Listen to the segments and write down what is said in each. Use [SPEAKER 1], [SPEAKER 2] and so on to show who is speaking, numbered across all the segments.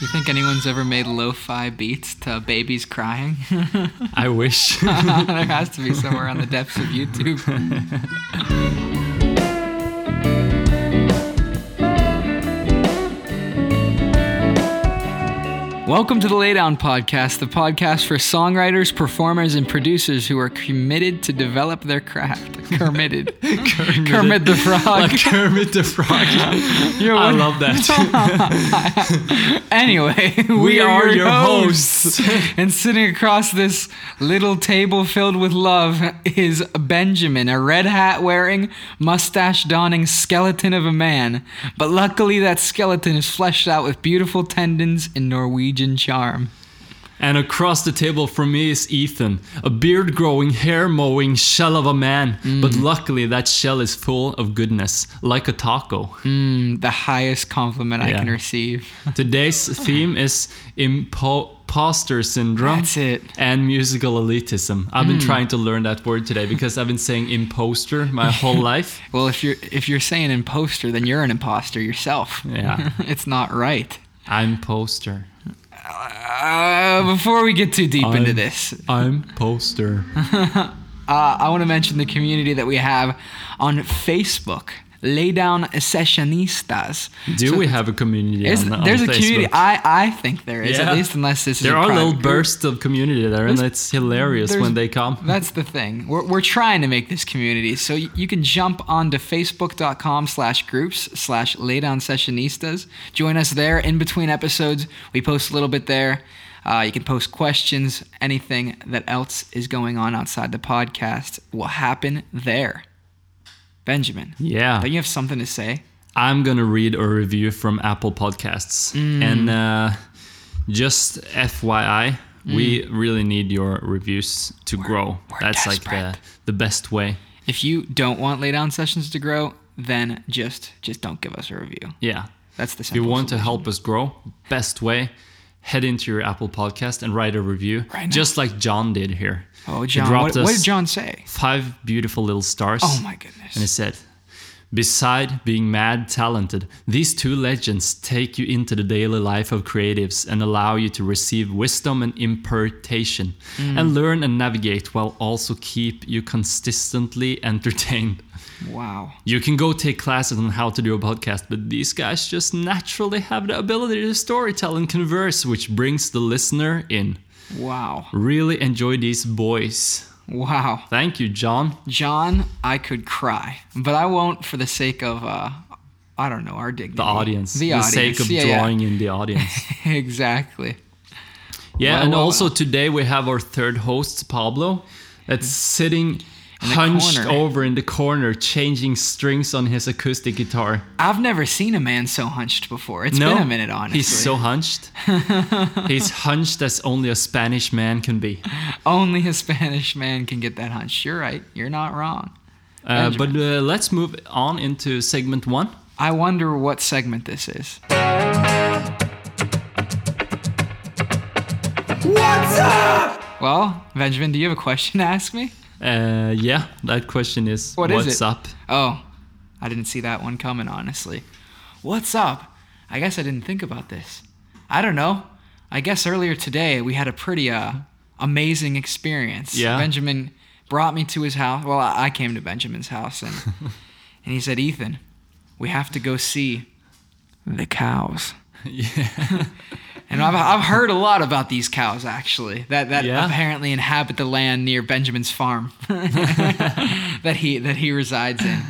[SPEAKER 1] You think anyone's ever made lo-fi beats to babies crying? there
[SPEAKER 2] I wish.
[SPEAKER 1] has to be somewhere on the depths of YouTube. Welcome to the Laydown Podcast, the podcast for songwriters, performers, and producers who are committed to develop their craft. Committed.
[SPEAKER 2] Kermit,
[SPEAKER 1] Kermit the Frog.
[SPEAKER 2] Like Kermit the Frog.
[SPEAKER 1] You're
[SPEAKER 2] I
[SPEAKER 1] one-
[SPEAKER 2] love that.
[SPEAKER 1] Anyway, we,
[SPEAKER 2] We
[SPEAKER 1] are,
[SPEAKER 2] are
[SPEAKER 1] your
[SPEAKER 2] your
[SPEAKER 1] hosts.
[SPEAKER 2] hosts.
[SPEAKER 1] and sitting across this little table filled with love is Benjamin, a red hat wearing, mustache donning skeleton of a man. But luckily, that skeleton is fleshed out with beautiful tendons and Norwegian charm.
[SPEAKER 2] and across the table from me is Ethan, a beard growing, hair mowing shell of a man.
[SPEAKER 1] Mm.
[SPEAKER 2] But luckily, that shell is full of goodness, like a taco.
[SPEAKER 1] Mm, the highest compliment I
[SPEAKER 2] Yeah.
[SPEAKER 1] can receive.
[SPEAKER 2] Today's theme is impo- imposter syndrome.
[SPEAKER 1] That's it. Mm.
[SPEAKER 2] And musical elitism. I've been trying to learn that word today because I've been saying imposter my whole life.
[SPEAKER 1] Well, if you're if you're saying imposter, then you're an imposter yourself.
[SPEAKER 2] Yeah.
[SPEAKER 1] it's not right.
[SPEAKER 2] I'm poster.
[SPEAKER 1] Uh, before we get too deep into
[SPEAKER 2] I'm-
[SPEAKER 1] this,
[SPEAKER 2] I'm poster.
[SPEAKER 1] uh, I want to mention the community that we have on Facebook. Laydown Sessionistas.
[SPEAKER 2] Do
[SPEAKER 1] So
[SPEAKER 2] we have a community?
[SPEAKER 1] is-
[SPEAKER 2] on, on
[SPEAKER 1] there's a
[SPEAKER 2] Facebook?
[SPEAKER 1] community. I, I think there is,
[SPEAKER 2] Yeah.
[SPEAKER 1] at least unless this is
[SPEAKER 2] There
[SPEAKER 1] a
[SPEAKER 2] are
[SPEAKER 1] private
[SPEAKER 2] little
[SPEAKER 1] group.
[SPEAKER 2] bursts of community there, and
[SPEAKER 1] There's-
[SPEAKER 2] it's hilarious
[SPEAKER 1] there's-
[SPEAKER 2] when they come.
[SPEAKER 1] That's the thing. We're, we're trying to make this community. So y- you can jump onto facebook.com slash groups slash laydown sessionistas. Join us there in between episodes. We post a little bit there. Uh, you can post questions. Anything that else is going on outside the podcast will happen there. Benjamin,
[SPEAKER 2] Yeah,
[SPEAKER 1] don't you have something to say?
[SPEAKER 2] I'm gonna read a review from Apple Podcasts,
[SPEAKER 1] Mm.
[SPEAKER 2] and uh, just FYI, we really need your reviews to grow.
[SPEAKER 1] Mm. we're
[SPEAKER 2] That's like the
[SPEAKER 1] desperate.
[SPEAKER 2] the best way.
[SPEAKER 1] If you don't want laydown sessions to grow, then just just don't give us a review.
[SPEAKER 2] Yeah,
[SPEAKER 1] That's the
[SPEAKER 2] if you
[SPEAKER 1] simple
[SPEAKER 2] want to
[SPEAKER 1] solution.
[SPEAKER 2] help us grow, best way. Head into your Apple podcast and write a review,
[SPEAKER 1] Right now.
[SPEAKER 2] just like John did here.
[SPEAKER 1] Oh,
[SPEAKER 2] He
[SPEAKER 1] John,
[SPEAKER 2] dropped
[SPEAKER 1] what, what
[SPEAKER 2] us
[SPEAKER 1] did John say?
[SPEAKER 2] Five beautiful little stars.
[SPEAKER 1] Oh my goodness.
[SPEAKER 2] And he said, Beside being mad talented, these two legends take you into the daily life of creatives and allow you to receive wisdom and impartation
[SPEAKER 1] Mm.
[SPEAKER 2] and learn and navigate while also keep you consistently entertained.
[SPEAKER 1] Wow.
[SPEAKER 2] You can go take classes on how to do a podcast, but these guys just naturally have the ability to storytell and converse, which brings the listener in.
[SPEAKER 1] Wow.
[SPEAKER 2] Really enjoy these boys.
[SPEAKER 1] Wow.
[SPEAKER 2] Thank you, John.
[SPEAKER 1] John, I could cry, but I won't for the sake of, uh, I don't know, our dignity.
[SPEAKER 2] The audience.
[SPEAKER 1] The,
[SPEAKER 2] the
[SPEAKER 1] audience.
[SPEAKER 2] sake of
[SPEAKER 1] yeah, yeah.
[SPEAKER 2] drawing in the audience.
[SPEAKER 1] exactly.
[SPEAKER 2] Yeah,
[SPEAKER 1] Wow,
[SPEAKER 2] and
[SPEAKER 1] wow,
[SPEAKER 2] also today we have our third host, Pablo, that's sitting hunched
[SPEAKER 1] corner.
[SPEAKER 2] over in the corner, changing strings on his acoustic guitar.
[SPEAKER 1] I've never seen a man so hunched before. It's been a minute, honestly.
[SPEAKER 2] He's so hunched. he's hunched as only a Spanish man can be. Uh,
[SPEAKER 1] Only a Spanish man can get that hunch. You're right. You're not wrong.
[SPEAKER 2] Uh, but uh, let's move on into segment one.
[SPEAKER 1] I wonder what segment this is.
[SPEAKER 3] What's up?
[SPEAKER 1] Well, Benjamin, do you have a question to ask me?
[SPEAKER 2] Uh, yeah, that question is
[SPEAKER 1] What is
[SPEAKER 2] what's
[SPEAKER 1] it?
[SPEAKER 2] up?
[SPEAKER 1] Oh, I didn't see that one coming, honestly. What's up? I guess I didn't think about this. I don't know. I guess earlier today we had a pretty uh, amazing experience.
[SPEAKER 2] Yeah?
[SPEAKER 1] Benjamin brought me to his house. Well, I I came to Benjamin's house and and he said, "Ethan, we have to go see the cows."
[SPEAKER 2] yeah.
[SPEAKER 1] And I've, I've heard a lot about these cows actually that that
[SPEAKER 2] Yeah?
[SPEAKER 1] apparently inhabit the land near Benjamin's farm that he that he resides in.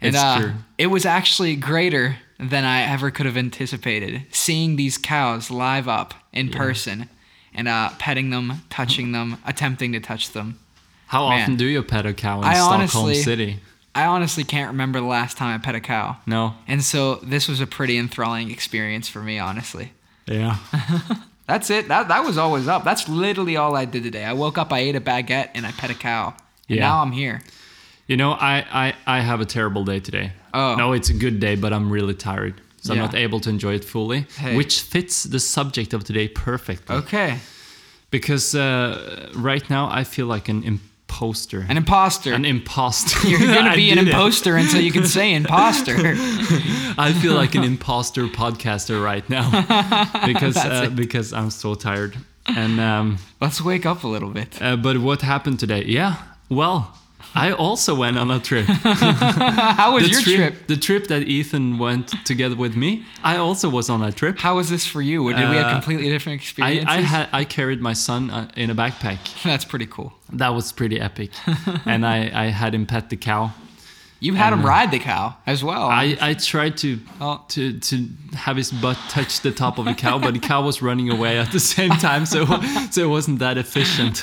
[SPEAKER 1] And
[SPEAKER 2] It's
[SPEAKER 1] uh,
[SPEAKER 2] true.
[SPEAKER 1] it was actually greater than I ever could have anticipated seeing these cows live up in person and uh, petting them, touching them, attempting to touch them.
[SPEAKER 2] How
[SPEAKER 1] Man.
[SPEAKER 2] often do you pet a cow in
[SPEAKER 1] I
[SPEAKER 2] Stockholm
[SPEAKER 1] honestly-
[SPEAKER 2] City?
[SPEAKER 1] I honestly can't remember the last time I pet a cow.
[SPEAKER 2] No.
[SPEAKER 1] And so this was a pretty enthralling experience for me, honestly.
[SPEAKER 2] Yeah.
[SPEAKER 1] That's it. That that was always up. That's literally all I did today. I woke up, I ate a baguette, and I pet a cow. And
[SPEAKER 2] Yeah.
[SPEAKER 1] now I'm here.
[SPEAKER 2] You know, I, I, I have a terrible day today.
[SPEAKER 1] Oh.
[SPEAKER 2] No, it's a good day, but I'm really tired. So
[SPEAKER 1] Yeah.
[SPEAKER 2] I'm not able to enjoy it fully,
[SPEAKER 1] Hey. Oh.
[SPEAKER 2] which fits the subject of today perfectly.
[SPEAKER 1] Okay.
[SPEAKER 2] Because uh, right now I feel like an imposter imposter.
[SPEAKER 1] An imposter.
[SPEAKER 2] An imposter.
[SPEAKER 1] You're going to
[SPEAKER 2] I
[SPEAKER 1] be an
[SPEAKER 2] did it.
[SPEAKER 1] imposter until you can say imposter.
[SPEAKER 2] I feel like an imposter podcaster right now because uh, because I'm so tired. And um,
[SPEAKER 1] Let's wake up a little bit.
[SPEAKER 2] uh, but what happened today? Yeah, well, I also went on a trip.
[SPEAKER 1] How was
[SPEAKER 2] the
[SPEAKER 1] your
[SPEAKER 2] trip,
[SPEAKER 1] trip?
[SPEAKER 2] the trip that Ethan went together with me. I also was on a trip.
[SPEAKER 1] How was this for you? Did we have
[SPEAKER 2] Uh,
[SPEAKER 1] completely different
[SPEAKER 2] I,
[SPEAKER 1] experiences?
[SPEAKER 2] I had I carried my son uh, in a backpack.
[SPEAKER 1] That's pretty cool.
[SPEAKER 2] That was pretty epic, and I, I had him pet the cow.
[SPEAKER 1] You had him ride the cow as well.
[SPEAKER 2] I, I tried to
[SPEAKER 1] Oh.
[SPEAKER 2] to to have his butt touch the top of the cow, but the cow was running away at the same time, so so it wasn't that efficient.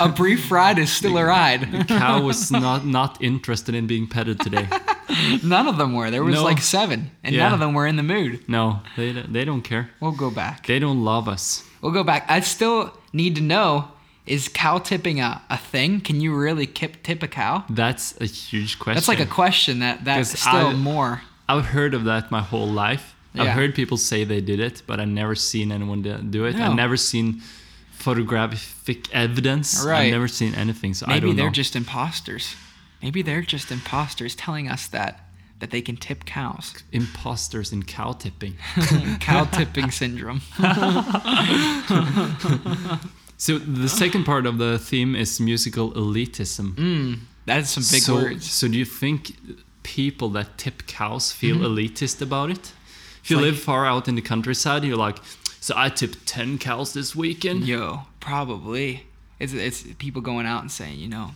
[SPEAKER 1] a brief ride is still a ride.
[SPEAKER 2] cow was not not interested in being petted today.
[SPEAKER 1] None of them were. There was
[SPEAKER 2] No.
[SPEAKER 1] like seven, and none
[SPEAKER 2] Yeah.
[SPEAKER 1] of them were in the mood.
[SPEAKER 2] No, they don't- they don't care.
[SPEAKER 1] We'll go back.
[SPEAKER 2] They don't love us.
[SPEAKER 1] We'll go back. I still need to know is cow tipping a, a thing? Can you really kip, tip a cow?
[SPEAKER 2] That's a huge question.
[SPEAKER 1] That's like a question that that's
[SPEAKER 2] 'Cause
[SPEAKER 1] still
[SPEAKER 2] I-
[SPEAKER 1] more.
[SPEAKER 2] I've heard of that my whole life.
[SPEAKER 1] Yeah.
[SPEAKER 2] I've heard people say they did it, but I've never seen anyone do- do it.
[SPEAKER 1] No.
[SPEAKER 2] I've never seen photographic evidence.
[SPEAKER 1] Right.
[SPEAKER 2] I've never seen anything, so I
[SPEAKER 1] Maybe
[SPEAKER 2] don't
[SPEAKER 1] they're
[SPEAKER 2] know.
[SPEAKER 1] just imposters. Maybe they're just imposters telling us that that they can tip cows.
[SPEAKER 2] imposters in cow tipping.
[SPEAKER 1] Cow tipping syndrome.
[SPEAKER 2] So the second part of the theme is musical elitism.
[SPEAKER 1] That is some Mm, big
[SPEAKER 2] so,
[SPEAKER 1] words.
[SPEAKER 2] So do you think people that tip cows feel elitist about it? If you
[SPEAKER 1] Mm-hmm. like-
[SPEAKER 2] live far out in the countryside, you're like, so I tipped ten cows this weekend.
[SPEAKER 1] Yo, probably. It's it's people going out and saying, you know,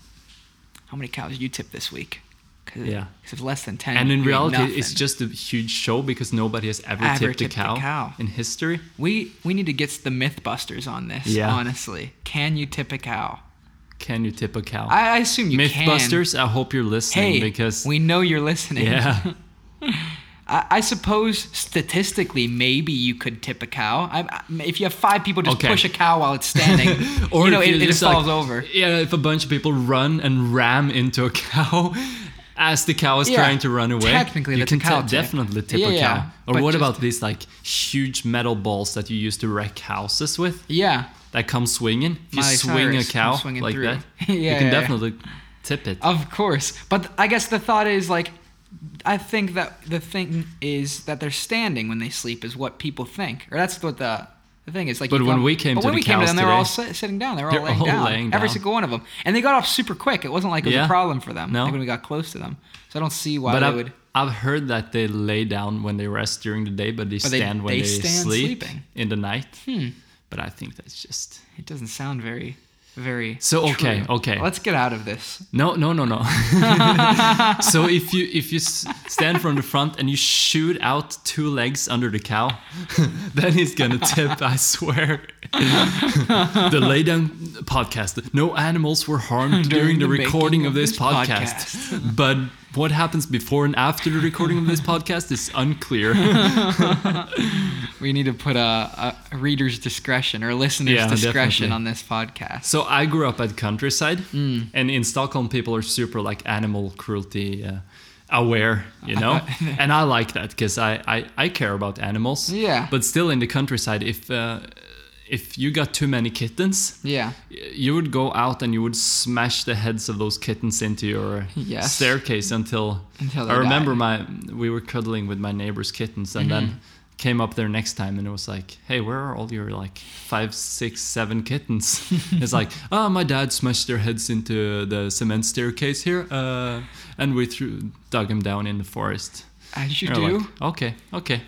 [SPEAKER 1] how many cows you tip this week? Cause,
[SPEAKER 2] Yeah.
[SPEAKER 1] 'cause if less than ten.
[SPEAKER 2] And in
[SPEAKER 1] you're
[SPEAKER 2] reality,
[SPEAKER 1] nothing.
[SPEAKER 2] it's just a huge show because nobody has ever,
[SPEAKER 1] Ever
[SPEAKER 2] tipped, a,
[SPEAKER 1] tipped a
[SPEAKER 2] cow
[SPEAKER 1] cow.
[SPEAKER 2] in history.
[SPEAKER 1] we we need to get the MythBusters on this.
[SPEAKER 2] Yeah.
[SPEAKER 1] Honestly, can you tip a cow?
[SPEAKER 2] Can you tip a cow?
[SPEAKER 1] I, I assume you can.
[SPEAKER 2] MythBusters, I hope you're listening
[SPEAKER 1] Hey,
[SPEAKER 2] because
[SPEAKER 1] we know you're listening.
[SPEAKER 2] yeah,
[SPEAKER 1] I, I suppose statistically, maybe you could tip a cow. I, I- if you have five people just
[SPEAKER 2] Okay.
[SPEAKER 1] push a cow while it's standing, you know,
[SPEAKER 2] if
[SPEAKER 1] it,
[SPEAKER 2] you
[SPEAKER 1] it just
[SPEAKER 2] like-
[SPEAKER 1] falls over.
[SPEAKER 2] Yeah, if a bunch of people run and ram into a cow as the cow is
[SPEAKER 1] Yeah,
[SPEAKER 2] trying to run away,
[SPEAKER 1] technically
[SPEAKER 2] you
[SPEAKER 1] that's
[SPEAKER 2] can
[SPEAKER 1] a cow
[SPEAKER 2] te-
[SPEAKER 1] tip.
[SPEAKER 2] definitely tip
[SPEAKER 1] Yeah,
[SPEAKER 2] a cow.
[SPEAKER 1] yeah,
[SPEAKER 2] or
[SPEAKER 1] but
[SPEAKER 2] what
[SPEAKER 1] just-
[SPEAKER 2] about these like huge metal balls that you use to wreck houses with
[SPEAKER 1] Yeah.
[SPEAKER 2] that come swinging? If you
[SPEAKER 1] Miley
[SPEAKER 2] swing
[SPEAKER 1] Cyrus
[SPEAKER 2] a
[SPEAKER 1] come
[SPEAKER 2] cow
[SPEAKER 1] swinging
[SPEAKER 2] like
[SPEAKER 1] through.
[SPEAKER 2] that,
[SPEAKER 1] Yeah,
[SPEAKER 2] you
[SPEAKER 1] yeah,
[SPEAKER 2] can
[SPEAKER 1] yeah.
[SPEAKER 2] definitely tip it.
[SPEAKER 1] Of course, but th- I guess the thought is like, I think that the thing is that they're standing when they sleep is what people think, or that's what the the thing is. Like, you
[SPEAKER 2] But when
[SPEAKER 1] come-
[SPEAKER 2] we came
[SPEAKER 1] but
[SPEAKER 2] to
[SPEAKER 1] when
[SPEAKER 2] the
[SPEAKER 1] we came
[SPEAKER 2] cows
[SPEAKER 1] them, they were all
[SPEAKER 2] today-
[SPEAKER 1] si- sitting down. They were all,
[SPEAKER 2] They're
[SPEAKER 1] laying,
[SPEAKER 2] all
[SPEAKER 1] down,
[SPEAKER 2] laying
[SPEAKER 1] Every
[SPEAKER 2] down.
[SPEAKER 1] single one of them, and they got off super quick. It wasn't like it was a
[SPEAKER 2] Yeah.
[SPEAKER 1] problem for them.
[SPEAKER 2] No.
[SPEAKER 1] like when we got close to them, so I don't see why
[SPEAKER 2] but
[SPEAKER 1] they
[SPEAKER 2] I've,
[SPEAKER 1] would.
[SPEAKER 2] I've heard that they lay down when they rest during the day, but they
[SPEAKER 1] they-
[SPEAKER 2] stand when
[SPEAKER 1] they
[SPEAKER 2] they,
[SPEAKER 1] stand
[SPEAKER 2] sleep
[SPEAKER 1] sleeping. Hmm.
[SPEAKER 2] in the night. But I think that's just
[SPEAKER 1] It doesn't sound very, very.
[SPEAKER 2] So, okay,
[SPEAKER 1] true.
[SPEAKER 2] okay.
[SPEAKER 1] Let's get out of this.
[SPEAKER 2] no, no, no, no. so if you if you s- stand from the front and you shoot out two legs under the cow, then he's gonna tip. I swear. the lay down podcast. No animals were harmed
[SPEAKER 1] During
[SPEAKER 2] during,
[SPEAKER 1] the
[SPEAKER 2] the,
[SPEAKER 1] making
[SPEAKER 2] recording
[SPEAKER 1] of
[SPEAKER 2] of this
[SPEAKER 1] this
[SPEAKER 2] podcast, but what happens before and after the recording of this podcast is unclear.
[SPEAKER 1] We need to put a, a a reader's discretion or listener's
[SPEAKER 2] Yeah,
[SPEAKER 1] discretion
[SPEAKER 2] definitely.
[SPEAKER 1] on this podcast.
[SPEAKER 2] So I grew up at countryside, and in Stockholm, people are super like animal cruelty uh, aware, you know. and I like that because I, I I care about animals.
[SPEAKER 1] Yeah.
[SPEAKER 2] But still, in the countryside, if uh, if you got too many kittens,
[SPEAKER 1] Yeah.
[SPEAKER 2] y- you would go out and you would smash the heads of those kittens into your
[SPEAKER 1] Yes.
[SPEAKER 2] staircase until,
[SPEAKER 1] Until they
[SPEAKER 2] I remember my we were cuddling with my neighbor's kittens and then
[SPEAKER 1] Mm-hmm.
[SPEAKER 2] came up there next time and it was like hey where are all your like five six seven kittens it's like oh my dad smashed their heads into the cement staircase here uh, and we threw dug them down in the forest
[SPEAKER 1] As you
[SPEAKER 2] And we're
[SPEAKER 1] do.
[SPEAKER 2] like, okay okay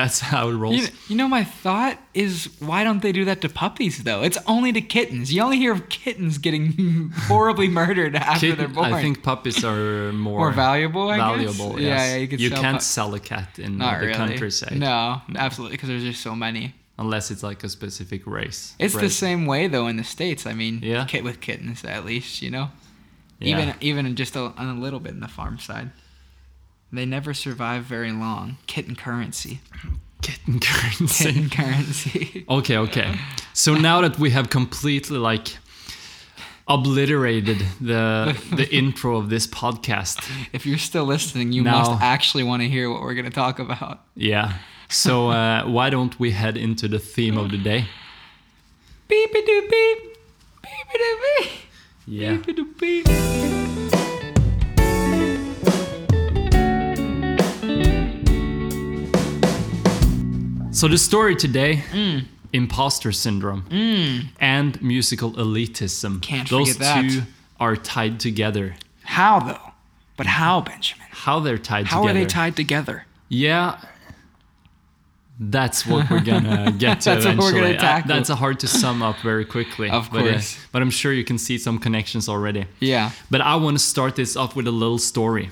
[SPEAKER 2] that's how it rolls
[SPEAKER 1] You, you know, my thought is, why don't they do that to puppies though? It's only to kittens. You only hear of kittens getting horribly murdered after
[SPEAKER 2] Kitten-
[SPEAKER 1] they're born.
[SPEAKER 2] I think puppies are more,
[SPEAKER 1] More valuable, I guess?
[SPEAKER 2] valuable,
[SPEAKER 1] Yeah,
[SPEAKER 2] yes.
[SPEAKER 1] yeah, you could sell
[SPEAKER 2] can't
[SPEAKER 1] pu-
[SPEAKER 2] sell a cat in
[SPEAKER 1] not
[SPEAKER 2] the
[SPEAKER 1] really.
[SPEAKER 2] countryside
[SPEAKER 1] No, absolutely, because there's just so many.
[SPEAKER 2] unless it's like a specific race.
[SPEAKER 1] It's the
[SPEAKER 2] Race.
[SPEAKER 1] same way though in the states. I mean,
[SPEAKER 2] Yeah.
[SPEAKER 1] kit with kittens at least, you know,
[SPEAKER 2] Yeah.
[SPEAKER 1] even even in just a, on a little bit in the farm side. They never survive very long. Kitten currency.
[SPEAKER 2] kitten currency.
[SPEAKER 1] Kitten currency.
[SPEAKER 2] Okay, okay. So now that we have completely like obliterated the the intro of this podcast,
[SPEAKER 1] if you're still listening, you
[SPEAKER 2] No.
[SPEAKER 1] must actually want to hear what we're going to talk about.
[SPEAKER 2] yeah. So uh, why don't we head into the theme of the day?
[SPEAKER 1] Beep a doo beep. Beep a doo beep.
[SPEAKER 2] Yeah. So the story today:
[SPEAKER 1] Mm.
[SPEAKER 2] imposter syndrome and musical elitism.
[SPEAKER 1] Can't
[SPEAKER 2] Those
[SPEAKER 1] forget that.
[SPEAKER 2] two are tied together.
[SPEAKER 1] How though? But how, Benjamin?
[SPEAKER 2] How they're tied
[SPEAKER 1] How
[SPEAKER 2] together?
[SPEAKER 1] are they tied together?
[SPEAKER 2] Yeah. That's what we're gonna get to
[SPEAKER 1] That's what we're
[SPEAKER 2] eventually.
[SPEAKER 1] gonna
[SPEAKER 2] Uh,
[SPEAKER 1] tackle.
[SPEAKER 2] that's a hard to sum up very quickly.
[SPEAKER 1] Of
[SPEAKER 2] but, uh,
[SPEAKER 1] course.
[SPEAKER 2] but I'm sure you can see some connections already.
[SPEAKER 1] Yeah.
[SPEAKER 2] But I want to start this off with a little story.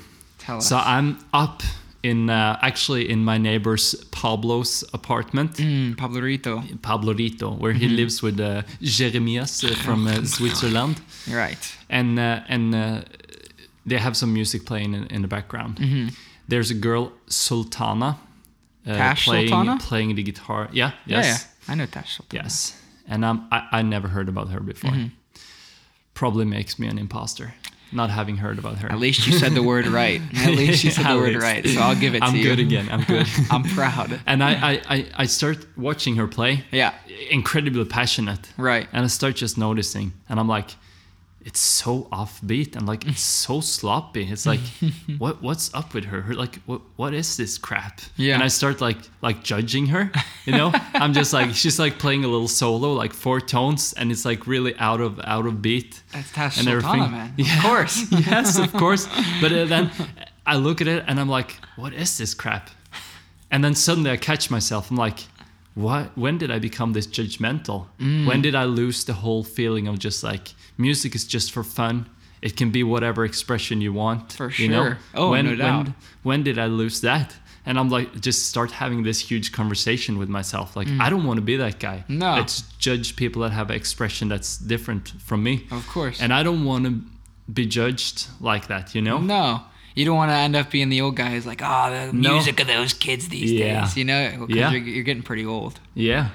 [SPEAKER 1] Tell us.
[SPEAKER 2] So I'm up in uh, actually in my neighbor's Pablo's apartment,
[SPEAKER 1] Mm, Mm-hmm. Pablo Rito.
[SPEAKER 2] Pablo Rito, where he lives with uh, Jeremias uh, from
[SPEAKER 1] Oh,
[SPEAKER 2] uh, Switzerland,
[SPEAKER 1] Right.
[SPEAKER 2] and uh, and uh, they have some music playing in, in the background.
[SPEAKER 1] Mm-hmm.
[SPEAKER 2] There's a girl Sultana uh,
[SPEAKER 1] Tash
[SPEAKER 2] playing
[SPEAKER 1] Sultana?
[SPEAKER 2] playing the guitar. Yeah, yes,
[SPEAKER 1] Yeah, yeah. Mm-hmm. I know Tash. Sultan.
[SPEAKER 2] yes. And um, I I never heard about her before. Probably makes me an imposter not having heard about her.
[SPEAKER 1] At least you said the word right. At least you said the word
[SPEAKER 2] Alex.
[SPEAKER 1] right. So I'll give it to
[SPEAKER 2] I'm
[SPEAKER 1] you.
[SPEAKER 2] good again. I'm good.
[SPEAKER 1] I'm proud.
[SPEAKER 2] and I, I, I, I start watching her play.
[SPEAKER 1] Yeah.
[SPEAKER 2] Incredibly passionate.
[SPEAKER 1] Right.
[SPEAKER 2] And I start just noticing. And I'm like, it's so offbeat and like it's so sloppy. It's like, what what's up with her? Her like what what is this crap?
[SPEAKER 1] Yeah.
[SPEAKER 2] And I start like like judging her. You know? I'm just like she's like playing a little solo, like four tones, and it's like really out of out of beat
[SPEAKER 1] That's Tash
[SPEAKER 2] and
[SPEAKER 1] Sultana,
[SPEAKER 2] everything.
[SPEAKER 1] man.
[SPEAKER 2] Yeah.
[SPEAKER 1] Of course.
[SPEAKER 2] yes, of course. But uh, then I look at it and I'm like, what is this crap? And then suddenly I catch myself. I'm like, what? When did I become this judgmental?
[SPEAKER 1] Mm.
[SPEAKER 2] When did I lose the whole feeling of just like music is just for fun? It can be whatever expression you want.
[SPEAKER 1] For
[SPEAKER 2] you know?
[SPEAKER 1] sure. Oh,
[SPEAKER 2] when,
[SPEAKER 1] no doubt.
[SPEAKER 2] When, when did I lose that? And I'm like, just start having this huge conversation with myself. Like, I don't want to be that guy.
[SPEAKER 1] Mm. No.
[SPEAKER 2] Let's judge people that have expression that's different from me.
[SPEAKER 1] Of course.
[SPEAKER 2] And I don't want to be judged like that, you know?
[SPEAKER 1] No. You don't want to end up being the old guy who's like, oh, the
[SPEAKER 2] No.
[SPEAKER 1] music of those kids these
[SPEAKER 2] Yeah.
[SPEAKER 1] days. You know? 'Cause
[SPEAKER 2] Yeah.
[SPEAKER 1] You're, you're getting pretty old.
[SPEAKER 2] Yeah.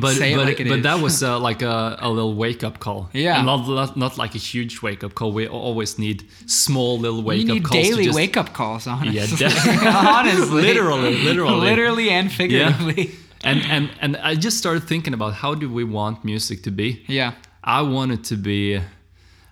[SPEAKER 2] but
[SPEAKER 1] Say it
[SPEAKER 2] but,
[SPEAKER 1] like it
[SPEAKER 2] but
[SPEAKER 1] is.
[SPEAKER 2] that was uh, like a, a little wake up call.
[SPEAKER 1] Yeah.
[SPEAKER 2] And not, not not like a huge wake up call. We always need small little wake
[SPEAKER 1] You
[SPEAKER 2] up
[SPEAKER 1] need
[SPEAKER 2] calls.
[SPEAKER 1] daily
[SPEAKER 2] to just,
[SPEAKER 1] wake up calls,
[SPEAKER 2] Yeah,
[SPEAKER 1] honestly.
[SPEAKER 2] de-
[SPEAKER 1] honestly.
[SPEAKER 2] literally, literally,
[SPEAKER 1] Literally and figuratively.
[SPEAKER 2] And and and I just started thinking about how do we want music to be?
[SPEAKER 1] Yeah.
[SPEAKER 2] I want it to be,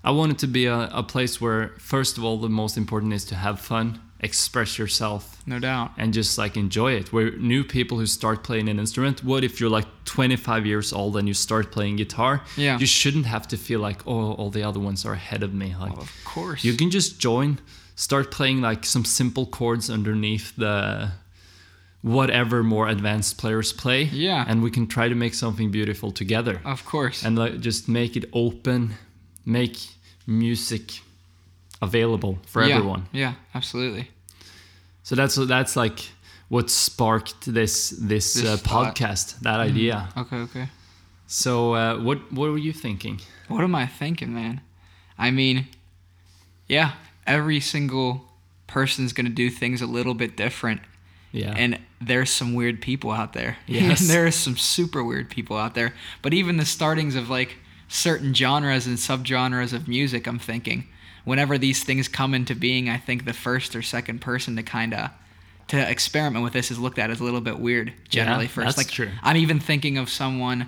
[SPEAKER 2] I want it to be a, a place where first of all the most important is to have fun, express yourself,
[SPEAKER 1] No doubt.
[SPEAKER 2] and just like enjoy it. Where new people who start playing an instrument, what if you're like 25 years old and you start playing guitar?
[SPEAKER 1] Yeah.
[SPEAKER 2] You shouldn't have to feel like, oh, all the other ones are ahead of me. Like,
[SPEAKER 1] Of course.
[SPEAKER 2] you can just join, start playing like some simple chords underneath the whatever more advanced players play.
[SPEAKER 1] Yeah.
[SPEAKER 2] And we can try to make something beautiful together.
[SPEAKER 1] of course.
[SPEAKER 2] And like just make it open, make music available for
[SPEAKER 1] yeah.
[SPEAKER 2] everyone.
[SPEAKER 1] Yeah, absolutely.
[SPEAKER 2] So that's that's like what sparked this this,
[SPEAKER 1] This
[SPEAKER 2] uh,
[SPEAKER 1] thought. Mm-hmm.
[SPEAKER 2] podcast, that idea.
[SPEAKER 1] Okay, okay.
[SPEAKER 2] So uh, what what were you thinking?
[SPEAKER 1] What am I thinking, man? I mean, yeah, every single person's going to do things a little bit different.
[SPEAKER 2] Yeah.
[SPEAKER 1] And there's some weird people out there.
[SPEAKER 2] Yes.
[SPEAKER 1] and there's some super weird people out there. But even the startings of like certain genres and subgenres of music, I'm thinking, whenever these things come into being, I think the first or second person to kind of to experiment with this is looked at as a little bit weird generally
[SPEAKER 2] Yeah,
[SPEAKER 1] first.
[SPEAKER 2] that's
[SPEAKER 1] like
[SPEAKER 2] true.
[SPEAKER 1] I'm even thinking of someone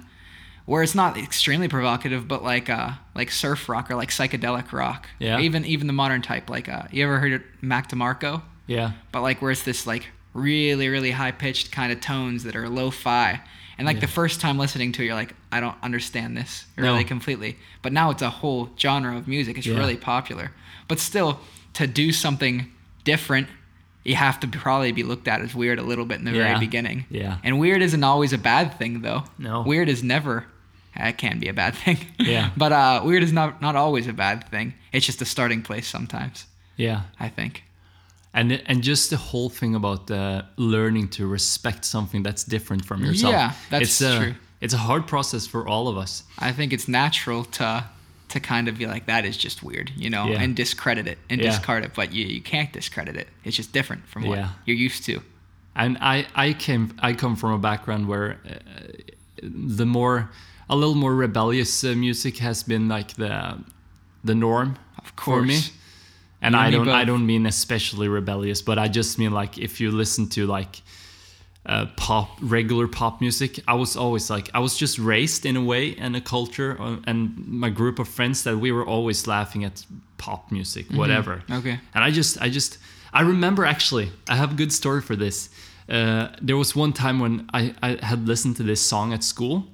[SPEAKER 1] where it's not extremely provocative, but like uh like surf rock or like psychedelic rock.
[SPEAKER 2] Yeah.
[SPEAKER 1] Even even the modern type, like uh you ever heard of Mac DeMarco?
[SPEAKER 2] yeah.
[SPEAKER 1] but like where it's this like really really high pitched kind of tones that are lo-fi and like the first time listening to it you're like i don't understand this
[SPEAKER 2] No.
[SPEAKER 1] really completely but now it's a whole genre of music it's
[SPEAKER 2] Yeah.
[SPEAKER 1] really popular but still to do something different you have to probably be looked at as weird a little bit in the
[SPEAKER 2] Yeah.
[SPEAKER 1] very beginning
[SPEAKER 2] Yeah.
[SPEAKER 1] and weird isn't always a bad thing though
[SPEAKER 2] No.
[SPEAKER 1] weird is never eh, it can be a bad thing
[SPEAKER 2] Yeah.
[SPEAKER 1] but uh weird is not not always a bad thing it's just a starting place sometimes
[SPEAKER 2] Yeah.
[SPEAKER 1] i think
[SPEAKER 2] And and just the whole thing about uh, learning to respect something that's different from yourself.
[SPEAKER 1] Yeah, that's
[SPEAKER 2] it's a,
[SPEAKER 1] true.
[SPEAKER 2] It's a hard process for all of us.
[SPEAKER 1] I think it's natural to to kind of be like that is just weird, you know,
[SPEAKER 2] Yeah.
[SPEAKER 1] and discredit it and
[SPEAKER 2] Yeah.
[SPEAKER 1] discard it. But you, you can't discredit it. It's just different from what
[SPEAKER 2] Yeah.
[SPEAKER 1] you're used to.
[SPEAKER 2] and I I came I come from a background where uh, the more a little more rebellious uh, music has been like the the norm
[SPEAKER 1] Of
[SPEAKER 2] for me.
[SPEAKER 1] course.
[SPEAKER 2] And
[SPEAKER 1] You and
[SPEAKER 2] I
[SPEAKER 1] me
[SPEAKER 2] don't I
[SPEAKER 1] both.
[SPEAKER 2] don't mean especially rebellious, but I just mean like if you listen to like uh, pop regular pop music i was always like i was just raised in a way and a culture uh, and my group of friends that we were always laughing at pop music whatever
[SPEAKER 1] Mm-hmm. Okay.
[SPEAKER 2] and i just i just i remember actually i have a good story for this uh, there was one time when I, I had listened to this song at school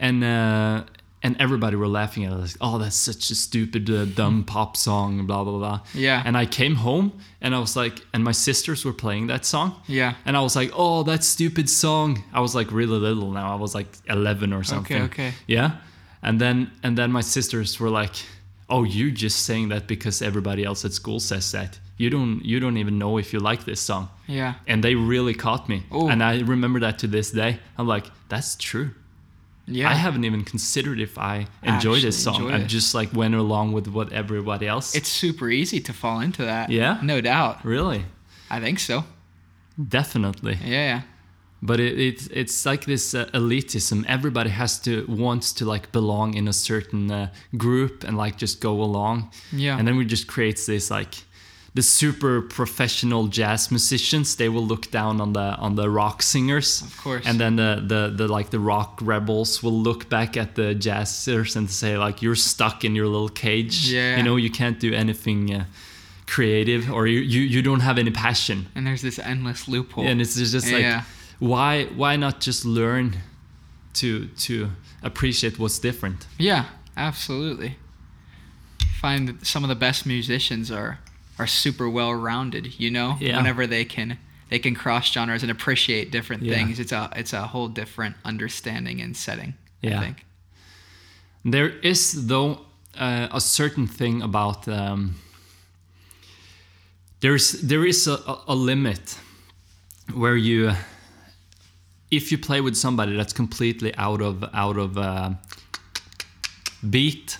[SPEAKER 2] and uh, and everybody were laughing at us like oh that's such a stupid uh, dumb pop song blah blah blah
[SPEAKER 1] Yeah.
[SPEAKER 2] and i came home and i was like and my sisters were playing that song
[SPEAKER 1] Yeah.
[SPEAKER 2] and i was like oh that stupid song i was like really little now i was like 11 or something
[SPEAKER 1] okay.
[SPEAKER 2] yeah and then and then my sisters were like oh you're just saying that because everybody else at school says that you don't you don't even know if you like this song
[SPEAKER 1] Yeah.
[SPEAKER 2] and they really caught me
[SPEAKER 1] Oh.
[SPEAKER 2] and i remember that to this day i'm like that's true
[SPEAKER 1] Yeah.
[SPEAKER 2] I haven't even considered if I enjoy
[SPEAKER 1] Actually
[SPEAKER 2] this song.
[SPEAKER 1] enjoy
[SPEAKER 2] I
[SPEAKER 1] it.
[SPEAKER 2] just like went along with what everybody else.
[SPEAKER 1] It's super easy to fall into that.
[SPEAKER 2] Yeah?
[SPEAKER 1] No doubt.
[SPEAKER 2] really,
[SPEAKER 1] I think so.
[SPEAKER 2] definitely.
[SPEAKER 1] Yeah. yeah.
[SPEAKER 2] But it, it it's like this uh, elitism. Everybody has to wants to like belong in a certain uh, group and like just go along.
[SPEAKER 1] Yeah.
[SPEAKER 2] And then we just creates this like the super professional jazz musicians. They will look down on the on the rock singers. Of
[SPEAKER 1] course.
[SPEAKER 2] And then the the, the like the rock rebels will look back at the jazzers and say like you're stuck in your little cage.
[SPEAKER 1] Yeah.
[SPEAKER 2] You know you can't do anything. Uh, creative or you, you you don't have any passion
[SPEAKER 1] And there's this endless loophole.
[SPEAKER 2] and it's just like
[SPEAKER 1] Yeah.
[SPEAKER 2] why why not just learn to to appreciate what's different
[SPEAKER 1] yeah, absolutely. Find that some of the best musicians are are super well rounded. You know,
[SPEAKER 2] Yeah.
[SPEAKER 1] whenever they can they can cross genres and appreciate different
[SPEAKER 2] Yeah.
[SPEAKER 1] things. It's a it's a whole different understanding and setting.
[SPEAKER 2] Yeah.
[SPEAKER 1] I think.
[SPEAKER 2] there is though uh, a certain thing about um, there's there is a, a- a limit where you if you play with somebody that's completely out of out of uh, beat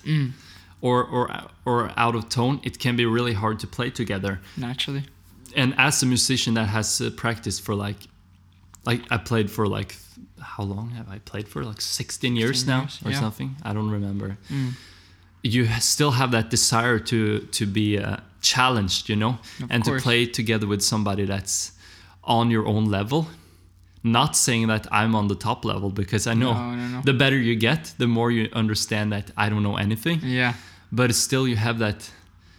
[SPEAKER 2] or or or out of tone it can be really hard to play together
[SPEAKER 1] Naturally.
[SPEAKER 2] and as a musician that has uh, practiced for like like i played for like how long have i played for like 16 years
[SPEAKER 1] 16
[SPEAKER 2] now
[SPEAKER 1] years,
[SPEAKER 2] or
[SPEAKER 1] yeah. Mm.
[SPEAKER 2] something i don't remember you ha- still have that desire to to be uh, challenged you know and
[SPEAKER 1] course.
[SPEAKER 2] to play together with somebody that's on your own level not saying that i'm on the top level because i know
[SPEAKER 1] No, no, no.
[SPEAKER 2] the better you get the more you understand that i don't know anything
[SPEAKER 1] Yeah.
[SPEAKER 2] but still you have that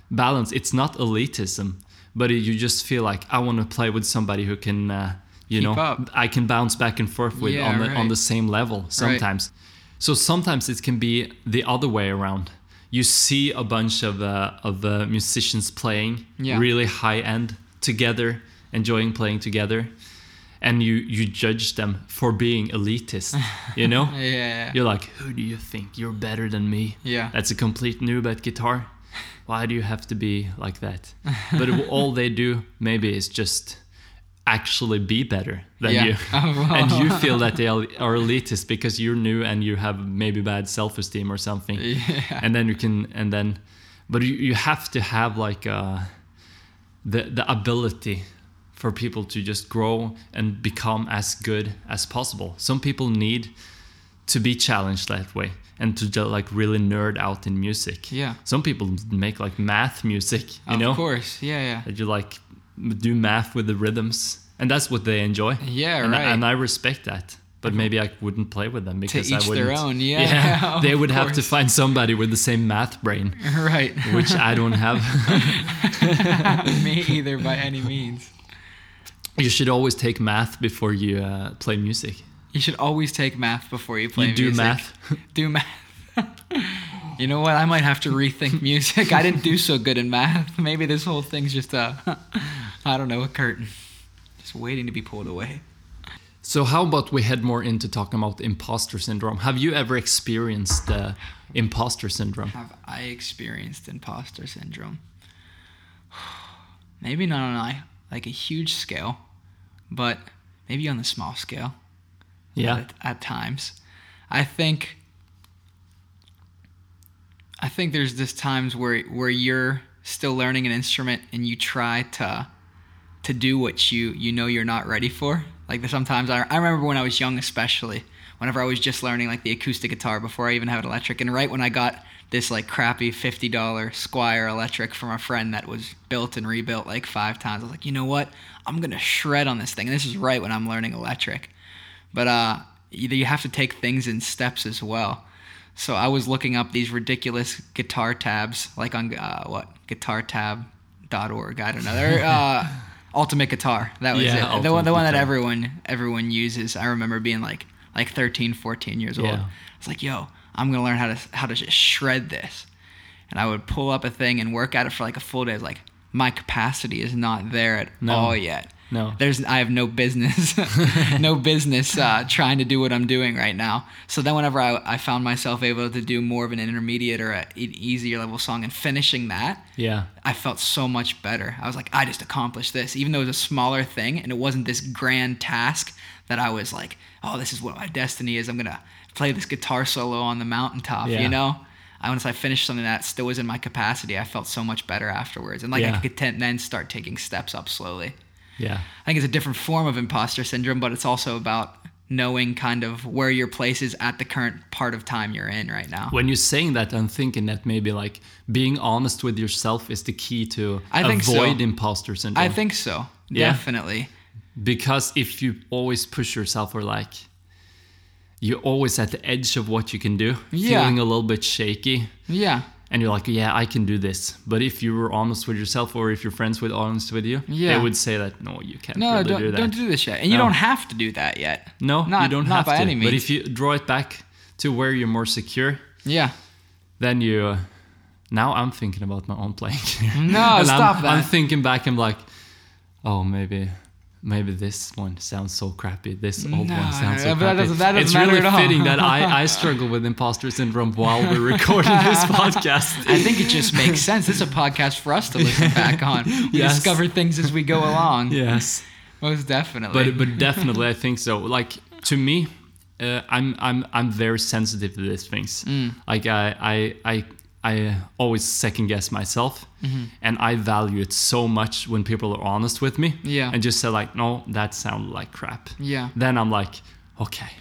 [SPEAKER 2] balance it's not elitism but it, you just feel like i want to play with somebody who can uh, you
[SPEAKER 1] Keep
[SPEAKER 2] know
[SPEAKER 1] up.
[SPEAKER 2] i can bounce back and forth with
[SPEAKER 1] Yeah,
[SPEAKER 2] on the on
[SPEAKER 1] right.
[SPEAKER 2] the same level sometimes so sometimes it can be the other way around you see a bunch of uh, of uh, musicians playing
[SPEAKER 1] Yeah.
[SPEAKER 2] really high end together enjoying playing together and you you judge them for being elitist you know
[SPEAKER 1] Yeah. Yeah.
[SPEAKER 2] you're like, who do you think? You're better than me.
[SPEAKER 1] Yeah.
[SPEAKER 2] That's a complete noob at guitar. Why do you have to be like that? But it- all they do maybe is just actually be better than
[SPEAKER 1] Yeah.
[SPEAKER 2] you.
[SPEAKER 1] Oh, wow.
[SPEAKER 2] And you feel that they are are elitist because you're new and you have maybe bad self esteem or something.
[SPEAKER 1] Yeah.
[SPEAKER 2] And then you can, and then, but you, you have to have like uh, the, the ability for people to just grow and become as good as possible. Some people need to be challenged that way and to ju- like really nerd out in music.
[SPEAKER 1] Yeah.
[SPEAKER 2] Some people make like math music, you
[SPEAKER 1] of
[SPEAKER 2] know,
[SPEAKER 1] course. Yeah. Yeah.
[SPEAKER 2] that you like do math with the rhythms, and that's what they enjoy.
[SPEAKER 1] Yeah,
[SPEAKER 2] and
[SPEAKER 1] right.
[SPEAKER 2] I, and I respect that. But maybe I wouldn't play with them because I
[SPEAKER 1] each
[SPEAKER 2] wouldn't.
[SPEAKER 1] their own, yeah, of
[SPEAKER 2] they would have to
[SPEAKER 1] course.
[SPEAKER 2] find somebody with the same math brain,
[SPEAKER 1] Right.
[SPEAKER 2] which I don't have.
[SPEAKER 1] Me either by any means.
[SPEAKER 2] you should always take math before you uh, play music.
[SPEAKER 1] You should always take math before you play
[SPEAKER 2] you do
[SPEAKER 1] music.
[SPEAKER 2] math.
[SPEAKER 1] do math. you know what? I might have to rethink music. I didn't do so good in math. Maybe this whole thing's just a, I don't know, a curtain, just waiting to be pulled away.
[SPEAKER 2] So how about we head more into talking about imposter syndrome? Have you ever experienced uh, imposter syndrome?
[SPEAKER 1] Have I experienced imposter syndrome? Maybe not on a like a huge scale, but maybe on the small scale.
[SPEAKER 2] Yeah,
[SPEAKER 1] at, at times. I think I think there's just times where where you're still learning an instrument and you try to to do what you you know you're not ready for. Like sometimes I, I remember when I was young, especially whenever I was just learning like the acoustic guitar before I even had an electric, and right when I got this like crappy fifty dollar Squire electric from a friend that was built and rebuilt like five times. I was like, you know what? I'm gonna shred on this thing. And this is right when I'm learning electric, but uh, you, you have to take things in steps as well. So I was looking up these ridiculous guitar tabs, like on uh, what guitartab.org. I don't know. They're, uh, Ultimate Guitar. That was
[SPEAKER 2] Yeah,
[SPEAKER 1] it. The one, the
[SPEAKER 2] Ultimate
[SPEAKER 1] one that
[SPEAKER 2] Guitar.
[SPEAKER 1] everyone everyone uses. I remember being like like 13, 14 years old.
[SPEAKER 2] Yeah.
[SPEAKER 1] I was like, yo, I'm gonna learn how to how to just shred this. And I would pull up a thing and work at it for like a full day. I was like, my capacity is not there at
[SPEAKER 2] No.
[SPEAKER 1] all yet.
[SPEAKER 2] No.
[SPEAKER 1] There's I have no business no business uh, trying to do what I'm doing right now. So then whenever I, I found myself able to do more of an intermediate or a, an easier level song and finishing that,
[SPEAKER 2] Yeah.
[SPEAKER 1] I felt so much better. I was like, I just accomplished this, even though it was a smaller thing and it wasn't this grand task that I was like, oh, this is what my destiny is. I'm gonna play this guitar solo on the mountaintop,
[SPEAKER 2] Yeah.
[SPEAKER 1] you know. I, once I finished something that still was in my capacity, I felt so much better afterwards, and like
[SPEAKER 2] Yeah.
[SPEAKER 1] I could ten- then start taking steps up slowly.
[SPEAKER 2] Yeah.
[SPEAKER 1] I think it's a different form of imposter syndrome, but it's also about knowing kind of where your place is at the current part of time you're in right now.
[SPEAKER 2] When you're saying that, I'm thinking that maybe like being honest with yourself is the key to
[SPEAKER 1] I think so.
[SPEAKER 2] avoid imposter syndrome.
[SPEAKER 1] I think so,
[SPEAKER 2] Yeah.
[SPEAKER 1] definitely.
[SPEAKER 2] because if you always push yourself or like you're always at the edge of what you can do
[SPEAKER 1] Yeah.
[SPEAKER 2] feeling a little bit shaky
[SPEAKER 1] Yeah.
[SPEAKER 2] and you're like yeah i can do this but if you were honest with yourself or if your friends were honest with you
[SPEAKER 1] Yeah.
[SPEAKER 2] they would say that no you can't
[SPEAKER 1] No,
[SPEAKER 2] really
[SPEAKER 1] don't
[SPEAKER 2] do that
[SPEAKER 1] don't do this yet, and you
[SPEAKER 2] No.
[SPEAKER 1] don't have to do that yet.
[SPEAKER 2] no
[SPEAKER 1] not,
[SPEAKER 2] you don't
[SPEAKER 1] not
[SPEAKER 2] have
[SPEAKER 1] by
[SPEAKER 2] to
[SPEAKER 1] any means.
[SPEAKER 2] but if you draw it back to where you're more secure
[SPEAKER 1] yeah,
[SPEAKER 2] then you uh, now i'm thinking about my own playing no
[SPEAKER 1] no, stop
[SPEAKER 2] I'm,
[SPEAKER 1] that.
[SPEAKER 2] I'm thinking back i'm like oh maybe maybe this one sounds so crappy this old
[SPEAKER 1] No,
[SPEAKER 2] one sounds so
[SPEAKER 1] but that
[SPEAKER 2] crappy
[SPEAKER 1] doesn't- that doesn't
[SPEAKER 2] it's
[SPEAKER 1] matter
[SPEAKER 2] really
[SPEAKER 1] at all.
[SPEAKER 2] fitting that I, I struggle with imposter syndrome while we're recording this podcast
[SPEAKER 1] I think it just makes sense. This is a podcast for us to listen back on. We
[SPEAKER 2] Yes.
[SPEAKER 1] discover things as we go along.
[SPEAKER 2] yes
[SPEAKER 1] Most definitely.
[SPEAKER 2] but but definitely i think so like to me uh, i'm i'm i'm very sensitive to these things
[SPEAKER 1] Mm.
[SPEAKER 2] like i i i I always second guess myself,
[SPEAKER 1] Mm-hmm.
[SPEAKER 2] and I value it so much when people are honest with me.
[SPEAKER 1] Yeah.
[SPEAKER 2] and just say like, "No, that sounded like crap."
[SPEAKER 1] Yeah.
[SPEAKER 2] Then I'm like, "Okay,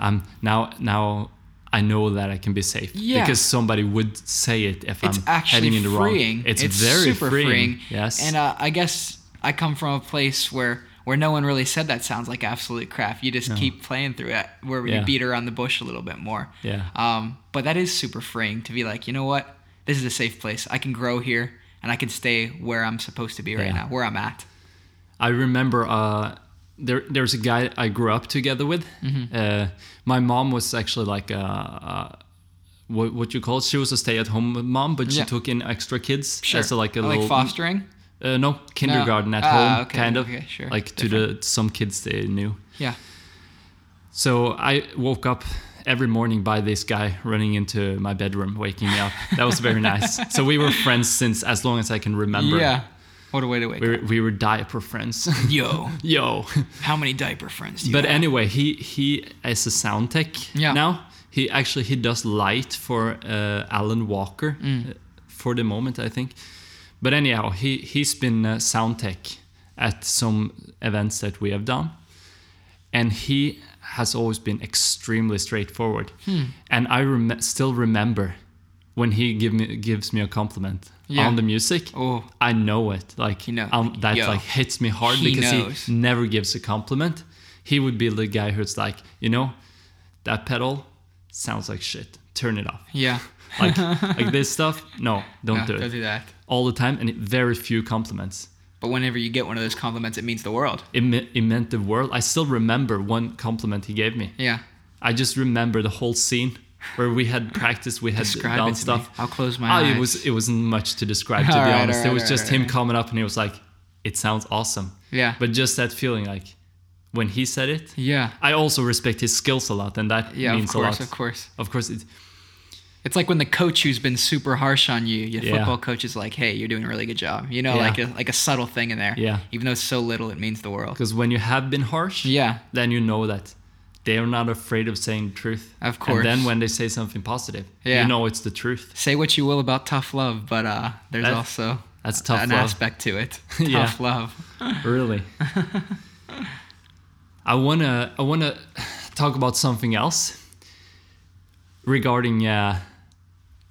[SPEAKER 2] I'm now now I know that I can be safe."
[SPEAKER 1] Yeah.
[SPEAKER 2] Because somebody would say it if
[SPEAKER 1] it's
[SPEAKER 2] I'm
[SPEAKER 1] actually
[SPEAKER 2] heading in the
[SPEAKER 1] freeing.
[SPEAKER 2] wrong. It's, very
[SPEAKER 1] super
[SPEAKER 2] freeing.
[SPEAKER 1] freeing.
[SPEAKER 2] Yes.
[SPEAKER 1] And uh, I guess I come from a place where where no one really said that sounds like absolute crap. You just keep playing through it, where you
[SPEAKER 2] Yeah.
[SPEAKER 1] beat around the bush a little bit more.
[SPEAKER 2] Yeah.
[SPEAKER 1] Um, but that is super freeing to be like, you know what? This is a safe place. I can grow here, and I can stay where I'm supposed to be right
[SPEAKER 2] Yeah.
[SPEAKER 1] now, where I'm at.
[SPEAKER 2] I remember uh, there there's a guy I grew up together with.
[SPEAKER 1] Mm-hmm.
[SPEAKER 2] Uh, my mom was actually like a, a what, what you call it? She was a stay-at-home mom, but she
[SPEAKER 1] Yeah.
[SPEAKER 2] took in extra kids as a, like a
[SPEAKER 1] like
[SPEAKER 2] little
[SPEAKER 1] fostering.
[SPEAKER 2] Uh, no kindergarten at
[SPEAKER 1] Ah,
[SPEAKER 2] home,
[SPEAKER 1] okay,
[SPEAKER 2] kind of
[SPEAKER 1] okay, sure.
[SPEAKER 2] like to the some kids they knew.
[SPEAKER 1] Yeah.
[SPEAKER 2] So I woke up every morning by this guy running into my bedroom, waking me up. That was very nice. So we were friends since as long as I can remember.
[SPEAKER 1] Yeah. What a way to wake
[SPEAKER 2] we
[SPEAKER 1] up.
[SPEAKER 2] were, we were diaper friends.
[SPEAKER 1] Yo,
[SPEAKER 2] Yo.
[SPEAKER 1] how many diaper friends do you
[SPEAKER 2] But
[SPEAKER 1] have?
[SPEAKER 2] anyway, he he is a sound tech
[SPEAKER 1] Yeah.
[SPEAKER 2] now. He actually he does light for uh, Alan Walker
[SPEAKER 1] Mm.
[SPEAKER 2] uh, for the moment, I think. But anyhow, he he's been uh, sound tech at some events that we have done, and he has always been extremely straightforward.
[SPEAKER 1] Hmm.
[SPEAKER 2] And I rem- still remember when he give me gives me a compliment
[SPEAKER 1] Yeah.
[SPEAKER 2] on the music.
[SPEAKER 1] Oh.
[SPEAKER 2] I know it. Like
[SPEAKER 1] You know,
[SPEAKER 2] um, that
[SPEAKER 1] yo.
[SPEAKER 2] like hits me hard
[SPEAKER 1] He
[SPEAKER 2] because
[SPEAKER 1] knows.
[SPEAKER 2] he never gives a compliment. He would be the guy who's like, you know, that pedal sounds like shit. Turn it off.
[SPEAKER 1] Yeah.
[SPEAKER 2] Like like this stuff. No, don't
[SPEAKER 1] No,
[SPEAKER 2] do it.
[SPEAKER 1] don't do that.
[SPEAKER 2] All the time, and it- very few compliments.
[SPEAKER 1] But whenever you get one of those compliments, it means the world.
[SPEAKER 2] It, me- it meant the world. I still remember one compliment he gave me.
[SPEAKER 1] Yeah.
[SPEAKER 2] I just remember the whole scene where we had practiced, we had
[SPEAKER 1] Describe
[SPEAKER 2] done
[SPEAKER 1] it to
[SPEAKER 2] stuff.
[SPEAKER 1] me. I'll close my
[SPEAKER 2] Ah,
[SPEAKER 1] eyes.
[SPEAKER 2] It was it wasn't much to describe to
[SPEAKER 1] All
[SPEAKER 2] be
[SPEAKER 1] right,
[SPEAKER 2] honest.
[SPEAKER 1] all
[SPEAKER 2] it was
[SPEAKER 1] right,
[SPEAKER 2] just
[SPEAKER 1] all
[SPEAKER 2] him
[SPEAKER 1] right.
[SPEAKER 2] coming up and he was like, "It sounds awesome."
[SPEAKER 1] Yeah.
[SPEAKER 2] But just that feeling, like when he said it,
[SPEAKER 1] Yeah.
[SPEAKER 2] I also respect his skills a lot, and that
[SPEAKER 1] Yeah,
[SPEAKER 2] means
[SPEAKER 1] of course,
[SPEAKER 2] a lot.
[SPEAKER 1] of course.
[SPEAKER 2] Of course, it,
[SPEAKER 1] It's like when the coach who's been super harsh on you, your
[SPEAKER 2] Yeah.
[SPEAKER 1] football coach is like, "Hey, you're doing a really good job." You know,
[SPEAKER 2] Yeah.
[SPEAKER 1] like a, like a subtle thing in there.
[SPEAKER 2] Yeah.
[SPEAKER 1] Even though it's so little, it means the world.
[SPEAKER 2] because when you have been harsh,
[SPEAKER 1] Yeah.
[SPEAKER 2] then you know that they are not afraid of saying the truth.
[SPEAKER 1] Of
[SPEAKER 2] And
[SPEAKER 1] course.
[SPEAKER 2] then when they say something positive,
[SPEAKER 1] Yeah.
[SPEAKER 2] you know it's the truth.
[SPEAKER 1] Say what you will about tough love, but uh, there's
[SPEAKER 2] That's-
[SPEAKER 1] also
[SPEAKER 2] that's tough
[SPEAKER 1] an
[SPEAKER 2] love.
[SPEAKER 1] aspect to it. tough
[SPEAKER 2] Yeah.
[SPEAKER 1] love.
[SPEAKER 2] Really. I wanna I wanna talk about something else regarding uh,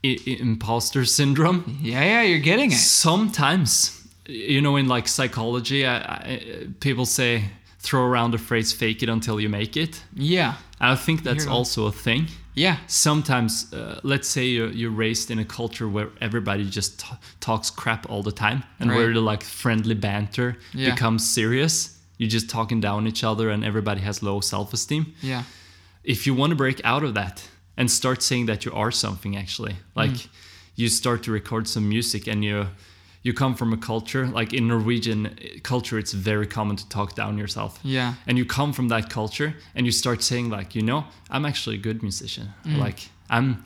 [SPEAKER 2] i- i- imposter syndrome.
[SPEAKER 1] Yeah, yeah, you're getting it.
[SPEAKER 2] Sometimes, you know, in like psychology, I, I, people say throw around the phrase "fake it until you make it."
[SPEAKER 1] Yeah,
[SPEAKER 2] I think that's
[SPEAKER 1] Here we go.
[SPEAKER 2] also a thing.
[SPEAKER 1] yeah,
[SPEAKER 2] Sometimes, uh, let's say you're, you're raised in a culture where everybody just t- talks crap all the time, and where
[SPEAKER 1] Right.
[SPEAKER 2] the like friendly banter
[SPEAKER 1] Yeah.
[SPEAKER 2] becomes serious. You're just talking down each other, and everybody has low self-esteem
[SPEAKER 1] yeah.
[SPEAKER 2] if you want to break out of that and start saying that you are something actually like you start to record some music and you you come from a culture like in norwegian eh, culture it's very common to talk down yourself
[SPEAKER 1] Yeah.
[SPEAKER 2] and you come from that culture and you start saying like you know i'm actually a good musician like i'm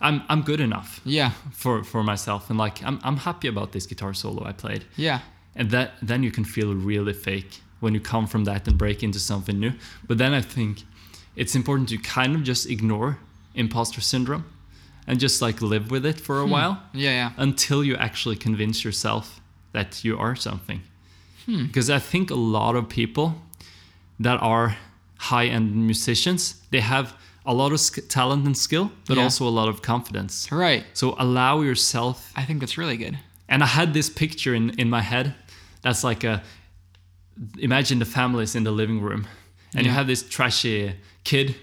[SPEAKER 2] i'm i'm good enough
[SPEAKER 1] Yeah,
[SPEAKER 2] for for myself and like i'm i'm happy about this guitar solo i played
[SPEAKER 1] yeah,
[SPEAKER 2] and that then you can feel really fake when you come from that and break into something new but then i think it's important to kind of just ignore imposter syndrome and just like live with it for a while
[SPEAKER 1] yeah, yeah.
[SPEAKER 2] until you actually convince yourself that you are something because i think a lot of people that are high-end musicians they have a lot of sk- talent and skill but
[SPEAKER 1] Yeah.
[SPEAKER 2] also a lot of confidence
[SPEAKER 1] Right.
[SPEAKER 2] so allow yourself
[SPEAKER 1] I think that's really good.
[SPEAKER 2] and I had this picture in, in my head that's like a imagine the families in the living room and you
[SPEAKER 1] Yeah.
[SPEAKER 2] have this trashy kid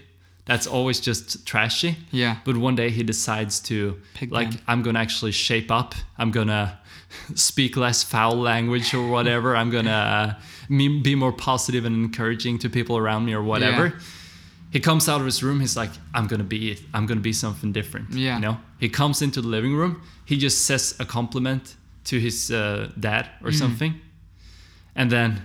[SPEAKER 2] that's always just trashy
[SPEAKER 1] Yeah.
[SPEAKER 2] but one day he decides to
[SPEAKER 1] Pig
[SPEAKER 2] like
[SPEAKER 1] man.
[SPEAKER 2] i'm gonna actually shape up i'm gonna speak less foul language or whatever i'm gonna uh, me- be more positive and encouraging to people around me or whatever
[SPEAKER 1] Yeah.
[SPEAKER 2] he comes out of his room he's like i'm gonna be it i'm gonna be something different
[SPEAKER 1] Yeah.
[SPEAKER 2] you know he comes into the living room he just says a compliment to his uh, dad or
[SPEAKER 1] Mm.
[SPEAKER 2] something and then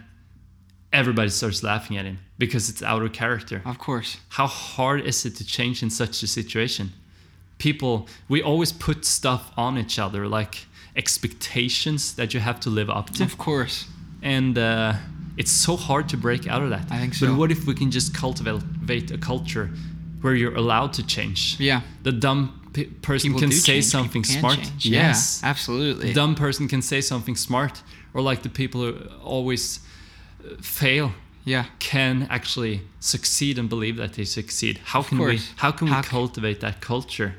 [SPEAKER 2] everybody starts laughing at him because it's out of character
[SPEAKER 1] Of course.
[SPEAKER 2] how hard is it to change in such a situation people we always put stuff on each other like expectations that you have to live up to
[SPEAKER 1] Of course.
[SPEAKER 2] and uh, it's so hard to break out of that.
[SPEAKER 1] I think so.
[SPEAKER 2] But what if we can just cultivate a culture where you're allowed to change?
[SPEAKER 1] Yeah.
[SPEAKER 2] The dumb p- person
[SPEAKER 1] People
[SPEAKER 2] can
[SPEAKER 1] do
[SPEAKER 2] say
[SPEAKER 1] change,
[SPEAKER 2] something
[SPEAKER 1] people can
[SPEAKER 2] smart.
[SPEAKER 1] change.
[SPEAKER 2] Yes.
[SPEAKER 1] Yeah, absolutely.
[SPEAKER 2] The dumb person can say something smart, or like the people who always uh, fail
[SPEAKER 1] Yeah.
[SPEAKER 2] can actually succeed and believe that they succeed. How can we?
[SPEAKER 1] course.
[SPEAKER 2] How can
[SPEAKER 1] How
[SPEAKER 2] we
[SPEAKER 1] c-
[SPEAKER 2] cultivate that culture?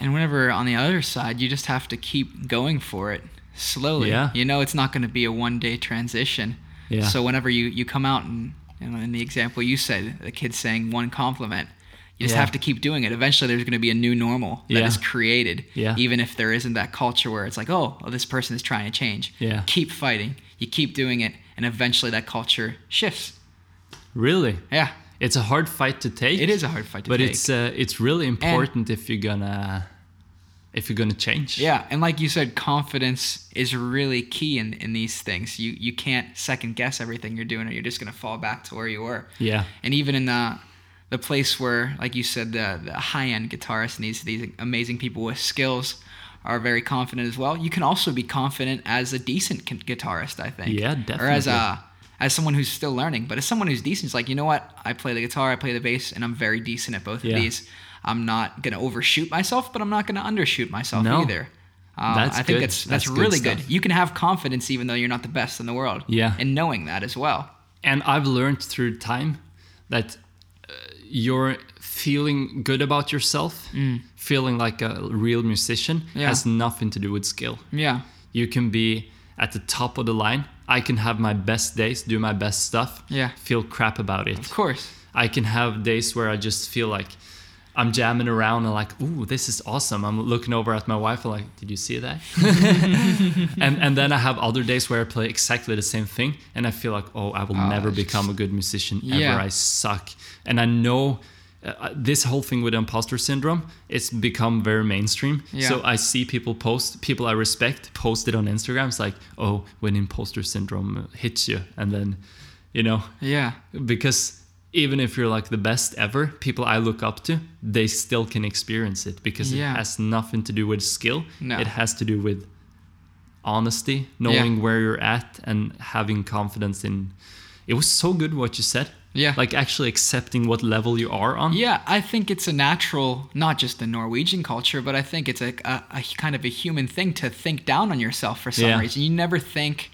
[SPEAKER 1] And whenever on the other side, you just have to keep going for it slowly.
[SPEAKER 2] Yeah.
[SPEAKER 1] You know, it's not going to be a one day transition.
[SPEAKER 2] Yeah.
[SPEAKER 1] So whenever you, you come out and, you know, in the example you said, the kid saying one compliment, you just
[SPEAKER 2] Yeah.
[SPEAKER 1] have to keep doing it. Eventually, there's going to be a new normal that is
[SPEAKER 2] Yeah.
[SPEAKER 1] created.
[SPEAKER 2] Yeah.
[SPEAKER 1] Even if there isn't that culture where it's like, oh, well, this person is trying to change.
[SPEAKER 2] Yeah.
[SPEAKER 1] Keep fighting. You keep doing it, and eventually that culture shifts.
[SPEAKER 2] Really,
[SPEAKER 1] Yeah.
[SPEAKER 2] it's a hard fight to take.
[SPEAKER 1] It is a hard fight to
[SPEAKER 2] but
[SPEAKER 1] take.
[SPEAKER 2] it's uh, it's really important if you're gonna if you're gonna change.
[SPEAKER 1] Yeah, and like you said, confidence is really key in, in these things. You you can't second guess everything you're doing, or you're just gonna fall back to where you were.
[SPEAKER 2] Yeah.
[SPEAKER 1] And even in the the place where, like you said, the the high end guitarists and these these amazing people with skills are very confident as well. You can also be confident as a decent gu- guitarist, I think.
[SPEAKER 2] Yeah,
[SPEAKER 1] Or as
[SPEAKER 2] definitely.
[SPEAKER 1] a as someone who's still learning, but as someone who's decent, it's like you know what? I play the guitar, I play the bass, and I'm very decent at both
[SPEAKER 2] Yeah.
[SPEAKER 1] of these. I'm not gonna overshoot myself, but I'm not gonna undershoot myself
[SPEAKER 2] No.
[SPEAKER 1] either. Um,
[SPEAKER 2] That's
[SPEAKER 1] I think
[SPEAKER 2] good.
[SPEAKER 1] that's that's,
[SPEAKER 2] That's good
[SPEAKER 1] really good.
[SPEAKER 2] stuff.
[SPEAKER 1] You can have confidence even though you're not the best in the world.
[SPEAKER 2] Yeah.
[SPEAKER 1] And knowing that as well.
[SPEAKER 2] And I've learned through time that uh, you're feeling good about yourself, feeling like a real musician
[SPEAKER 1] Mm. Yeah.
[SPEAKER 2] has nothing to do with skill.
[SPEAKER 1] Yeah.
[SPEAKER 2] You can be at the top of the line. I can have my best days, do my best stuff,
[SPEAKER 1] Yeah.
[SPEAKER 2] feel crap about it.
[SPEAKER 1] Of course.
[SPEAKER 2] I can have days where I just feel like I'm jamming around and like, ooh, this is awesome. I'm looking over at my wife and like, did you see that? and and then I have other days where I play exactly the same thing and I feel like, oh, I will never
[SPEAKER 1] it's
[SPEAKER 2] become a good musician
[SPEAKER 1] Ah, Yeah.
[SPEAKER 2] ever. I suck. And I know uh, this whole thing with imposter syndrome it's become very mainstream
[SPEAKER 1] Yeah.
[SPEAKER 2] so i see people post people i respect post it on instagram it's like oh when imposter syndrome hits you and then you know
[SPEAKER 1] Yeah.
[SPEAKER 2] because even if you're like the best ever, people I look up to, they still can experience it because
[SPEAKER 1] Yeah.
[SPEAKER 2] it has nothing to do with skill.
[SPEAKER 1] No.
[SPEAKER 2] It has to do with honesty, knowing where you're at, and having confidence in. It was so good what you said.
[SPEAKER 1] Yeah.
[SPEAKER 2] Like actually accepting what level you are on.
[SPEAKER 1] Yeah, I think it's a natural, not just the Norwegian culture, but I think it's a, a, a kind of a human thing to think down on yourself for some
[SPEAKER 2] Yeah.
[SPEAKER 1] reason. You never think,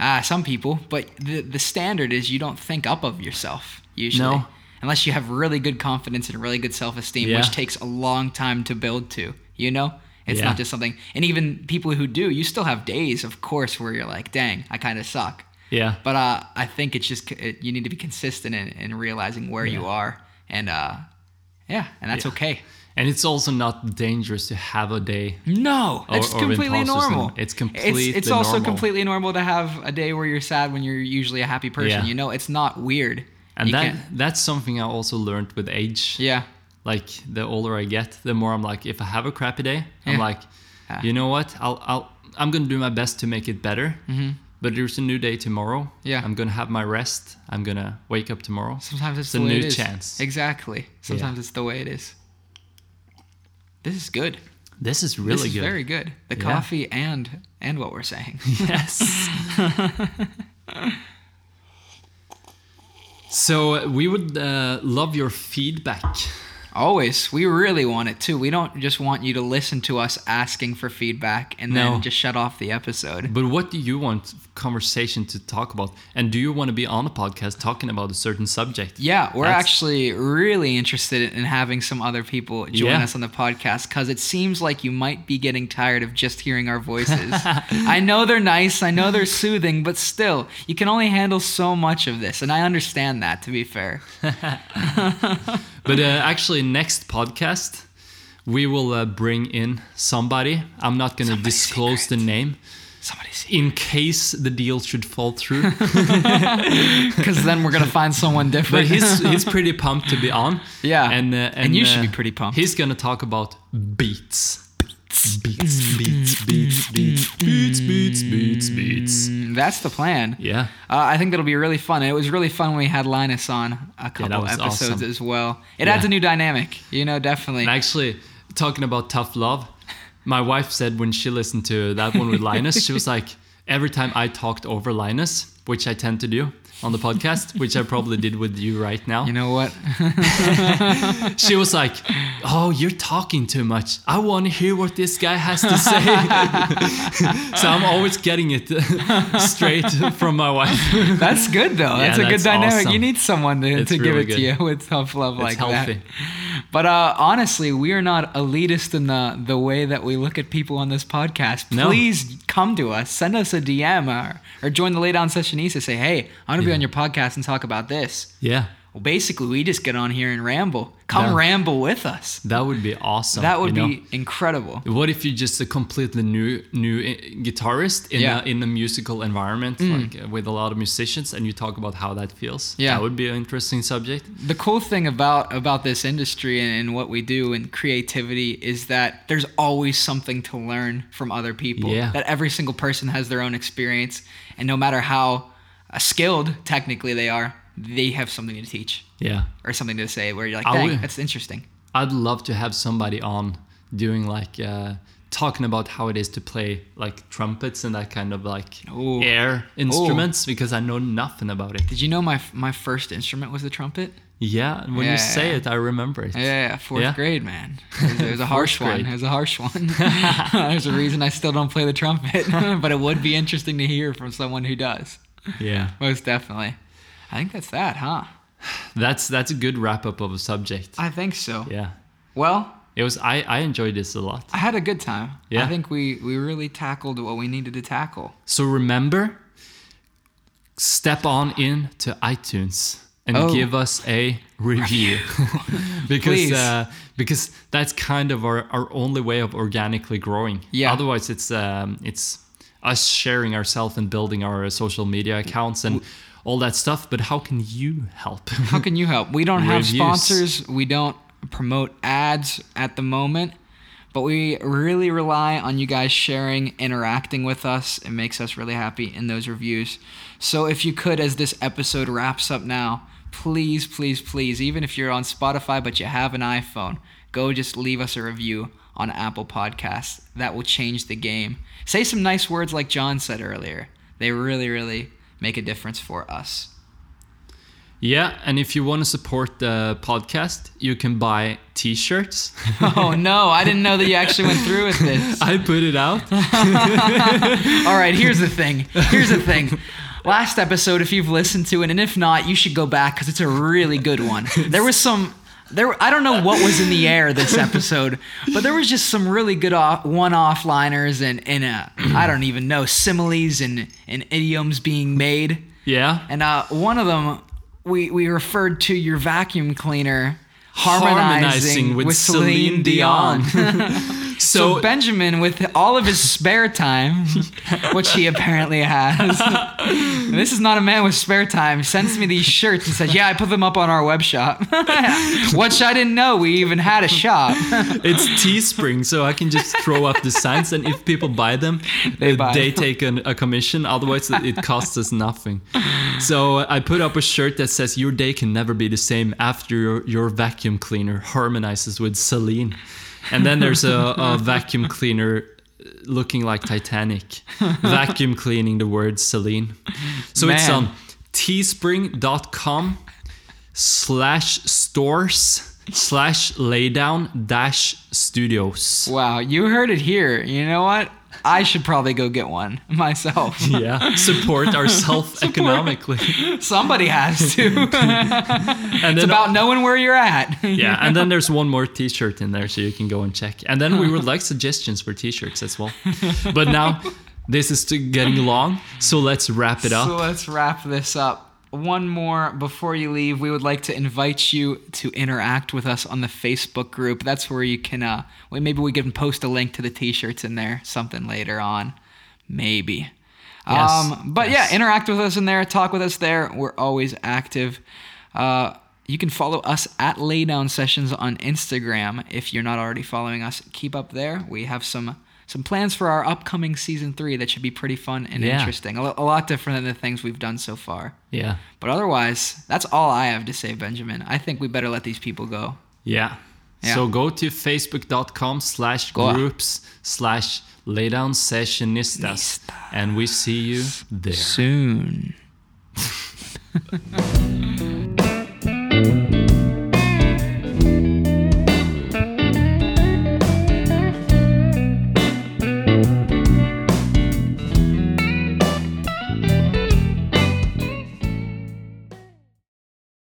[SPEAKER 1] ah, some people, but the, the standard is you don't think up of yourself usually.
[SPEAKER 2] No.
[SPEAKER 1] Unless you have really good confidence and really good self esteem,
[SPEAKER 2] Yeah.
[SPEAKER 1] which takes a long time to build to. You know, it's
[SPEAKER 2] Yeah.
[SPEAKER 1] not just something. And even people who do, you still have days, of course, where you're like, dang, I kind of suck.
[SPEAKER 2] Yeah.
[SPEAKER 1] But uh, I think it's just c- it, you need to be consistent in, in realizing where you are, and uh, yeah, and that's okay.
[SPEAKER 2] And it's also not dangerous to have a day.
[SPEAKER 1] No,
[SPEAKER 2] Or-
[SPEAKER 1] it's
[SPEAKER 2] or
[SPEAKER 1] completely
[SPEAKER 2] impulses
[SPEAKER 1] normal.
[SPEAKER 2] and- it's completely
[SPEAKER 1] It's, also
[SPEAKER 2] normal.
[SPEAKER 1] completely normal to have a day where you're sad when you're usually a happy person.
[SPEAKER 2] Yeah.
[SPEAKER 1] You know, it's not weird.
[SPEAKER 2] And
[SPEAKER 1] You
[SPEAKER 2] that
[SPEAKER 1] can't-
[SPEAKER 2] that's something I also learned with age.
[SPEAKER 1] yeah,
[SPEAKER 2] Like the older I get, the more I'm like, if I have a crappy day,
[SPEAKER 1] Yeah.
[SPEAKER 2] I'm like,
[SPEAKER 1] Ah.
[SPEAKER 2] you know what? I'll I'll I'm gonna do my best to make it better. But there's a new day tomorrow.
[SPEAKER 1] Mm-hmm. Yeah.
[SPEAKER 2] I'm gonna have my rest. I'm gonna wake up tomorrow.
[SPEAKER 1] sometimes it's,
[SPEAKER 2] a
[SPEAKER 1] the way
[SPEAKER 2] new
[SPEAKER 1] it is.
[SPEAKER 2] chance.
[SPEAKER 1] Exactly. Sometimes it's the way it is. This is good.
[SPEAKER 2] This is really
[SPEAKER 1] This is
[SPEAKER 2] good.
[SPEAKER 1] very good. The
[SPEAKER 2] Yeah.
[SPEAKER 1] coffee and and what we're saying.
[SPEAKER 2] Yes. so uh, we would uh, love your feedback.
[SPEAKER 1] Always. We really want it too. We don't just want you to listen to us asking for feedback and
[SPEAKER 2] No.
[SPEAKER 1] then just shut off the episode.
[SPEAKER 2] But what do you want conversation to talk about? And do you want to be on a podcast talking about a certain subject?
[SPEAKER 1] Yeah, we're
[SPEAKER 2] That's-
[SPEAKER 1] actually really interested in having some other people join
[SPEAKER 2] Yeah.
[SPEAKER 1] us on the podcast because it seems like you might be getting tired of just hearing our voices. I know they're nice, I know they're soothing, but still, you can only handle so much of this. And I understand that, to be fair.
[SPEAKER 2] But uh, actually, next podcast we will uh, bring in somebody. I'm not going to
[SPEAKER 1] Somebody's
[SPEAKER 2] disclose the name
[SPEAKER 1] Somebody see.
[SPEAKER 2] in case the deal should fall through.
[SPEAKER 1] Because then we're going to find someone
[SPEAKER 2] but
[SPEAKER 1] different.
[SPEAKER 2] he's he's pretty pumped to be on.
[SPEAKER 1] Yeah.
[SPEAKER 2] and uh, and,
[SPEAKER 1] And you should
[SPEAKER 2] uh,
[SPEAKER 1] be pretty pumped.
[SPEAKER 2] He's gonna talk about beats. Beats, beats, beats, beats, beats, beats, beats, beats.
[SPEAKER 1] Mm, That's the plan.
[SPEAKER 2] Yeah,
[SPEAKER 1] Uh, I think that'll be really fun. And it was really fun when we had Linus on a couple
[SPEAKER 2] was
[SPEAKER 1] episodes
[SPEAKER 2] awesome.
[SPEAKER 1] as well. It
[SPEAKER 2] Yeah.
[SPEAKER 1] adds a new dynamic, you know, definitely.
[SPEAKER 2] and actually, talking about tough love, my wife said when she listened to that one with Linus, she was like, every time I talked over Linus, which I tend to do on the podcast, which I probably did with you right now.
[SPEAKER 1] you know what?
[SPEAKER 2] she was like, "Oh, you're talking too much. I want to hear what this guy has to say." so I'm always getting it straight from my wife.
[SPEAKER 1] that's good, though.
[SPEAKER 2] Yeah,
[SPEAKER 1] that's a good
[SPEAKER 2] that's
[SPEAKER 1] dynamic.
[SPEAKER 2] awesome.
[SPEAKER 1] You need someone to,
[SPEAKER 2] It's
[SPEAKER 1] to give
[SPEAKER 2] really
[SPEAKER 1] it
[SPEAKER 2] good.
[SPEAKER 1] to you with tough love like
[SPEAKER 2] it's healthy.
[SPEAKER 1] that. But uh, honestly, we are not elitist in the, the way that we look at people on this podcast.
[SPEAKER 2] No.
[SPEAKER 1] Please come to us, send us a DM or, or join the Laydown Sessionista. Say, hey, I'm going to be
[SPEAKER 2] Yeah.
[SPEAKER 1] on your podcast and talk about this.
[SPEAKER 2] Yeah,
[SPEAKER 1] Well, basically, we just get on here and ramble. Come
[SPEAKER 2] Yeah.
[SPEAKER 1] ramble with us.
[SPEAKER 2] that would be awesome.
[SPEAKER 1] That would
[SPEAKER 2] you know?
[SPEAKER 1] be incredible.
[SPEAKER 2] What if you're just a completely new new uh, guitarist in
[SPEAKER 1] Yeah. Mm.
[SPEAKER 2] a in a musical environment, like uh, with a lot of musicians, and you talk about how that feels?
[SPEAKER 1] Yeah.
[SPEAKER 2] that would be an interesting subject.
[SPEAKER 1] the cool thing about about this industry and, and what we do and creativity is that there's always something to learn from other people
[SPEAKER 2] Yeah.
[SPEAKER 1] that every single person has their own experience and no matter how uh, skilled technically they are they have something to teach
[SPEAKER 2] Yeah,
[SPEAKER 1] or something to say where you're like
[SPEAKER 2] I
[SPEAKER 1] dang
[SPEAKER 2] would-
[SPEAKER 1] that's interesting
[SPEAKER 2] I'd love to have somebody on doing like uh, talking about how it is to play like trumpets and that kind of like
[SPEAKER 1] Ooh.
[SPEAKER 2] air instruments because I know nothing about it.
[SPEAKER 1] did you know my my first instrument was the trumpet
[SPEAKER 2] Yeah, when
[SPEAKER 1] Yeah.
[SPEAKER 2] you say it, I remember it.
[SPEAKER 1] yeah fourth
[SPEAKER 2] Yeah.
[SPEAKER 1] grade man it was, it was a harsh
[SPEAKER 2] Fourth grade.
[SPEAKER 1] one it was a harsh one there's a reason i still don't play the trumpet but it would be interesting to hear from someone who does
[SPEAKER 2] Yeah,
[SPEAKER 1] Most definitely. I think that's that, huh?
[SPEAKER 2] that's that's a good wrap up of a subject.
[SPEAKER 1] I think so.
[SPEAKER 2] Yeah,
[SPEAKER 1] Well,
[SPEAKER 2] it was. I I enjoyed this a lot.
[SPEAKER 1] I had a good time.
[SPEAKER 2] Yeah.
[SPEAKER 1] I think we, we really tackled what we needed to tackle.
[SPEAKER 2] So remember, step on in to iTunes and
[SPEAKER 1] Oh.
[SPEAKER 2] give us a review because
[SPEAKER 1] Please.
[SPEAKER 2] uh, because that's kind of our, our only way of organically growing.
[SPEAKER 1] Yeah.
[SPEAKER 2] Otherwise, it's um, it's us sharing ourselves and building our uh, social media accounts and all that stuff. But how can you help?
[SPEAKER 1] How can you help? We don't have
[SPEAKER 2] Reviews.
[SPEAKER 1] sponsors. We don't promote ads at the moment, but we really rely on you guys sharing, interacting with us. It makes us really happy in those reviews. So if you could, as this episode wraps up now, please, please, please, even if you're on Spotify but you have an iPhone, go just leave us a review on Apple Podcasts. That will change the game. Say some nice words like John said earlier. They really, really make a difference for us.
[SPEAKER 2] yeah, and if you want to support the podcast, you can buy T-shirts.
[SPEAKER 1] Oh no, I didn't know that you actually went through with this.
[SPEAKER 2] I put it out.
[SPEAKER 1] All right, here's the thing. Here's the thing. Last episode, if you've listened to it, and if not, you should go back because it's a really good one. There was some there I don't know what was in the air this episode, but there was just some really good off, one-off liners and and uh, I don't even know similes and and idioms being made.
[SPEAKER 2] Yeah.
[SPEAKER 1] And uh, one of them we we referred to your vacuum cleaner harmonizing, with, Celine Dion. So,
[SPEAKER 2] so,
[SPEAKER 1] Benjamin, with all of his spare time, which he apparently has, and this is not a man with spare time, sends me these shirts and says, "Yeah, I put them up on our web shop," which I didn't know we even had a shop.
[SPEAKER 2] it's Teespring, so I can just throw up the signs, and if people buy them,
[SPEAKER 1] They
[SPEAKER 2] uh,
[SPEAKER 1] buy
[SPEAKER 2] they
[SPEAKER 1] them.
[SPEAKER 2] take an, a commission. Otherwise, it- it costs us nothing. So I put up a shirt that says, "Your day can never be the same after your, your vacuum cleaner harmonizes with Celine," and then there's a, a vacuum cleaner uh, looking like Titanic, vacuum cleaning the word Celine. So it's
[SPEAKER 1] Man.
[SPEAKER 2] on teespring.com slash stores slash laydown dash studios.
[SPEAKER 1] Wow, you heard it here. You know what? I should probably go get one myself.
[SPEAKER 2] Yeah, support ourselves economically.
[SPEAKER 1] Somebody has to.
[SPEAKER 2] And
[SPEAKER 1] it's
[SPEAKER 2] then
[SPEAKER 1] about knowing where you're at.
[SPEAKER 2] yeah, and then there's one more T-shirt in there, so you can go and check. And then we would like suggestions for T-shirts as well. But now this is to getting long, so let's wrap it up.
[SPEAKER 1] So let's wrap this up. One more before you leave, we would like to invite you to interact with us on the Facebook group. That's where you can, uh, well, maybe we can post a link to the T-shirts in there, something later on, maybe.
[SPEAKER 2] Yes.
[SPEAKER 1] Um, but
[SPEAKER 2] Yes.
[SPEAKER 1] yeah, interact with us in there, talk with us there. We're always active. Uh, you can follow us at Laydown Sessions on Instagram if you're not already following us. Keep up there. We have some some plans for our upcoming season three that should be pretty fun and
[SPEAKER 2] Yeah.
[SPEAKER 1] interesting. A, lo- a lot different than the things we've done so far.
[SPEAKER 2] yeah,
[SPEAKER 1] But otherwise, that's all I have to say, Benjamin. I think we better let these people go.
[SPEAKER 2] yeah.
[SPEAKER 1] Yeah.
[SPEAKER 2] So go to facebook.com slash
[SPEAKER 1] Go.
[SPEAKER 2] groups slash laydown sessionistas, and we see you there.
[SPEAKER 1] Soon.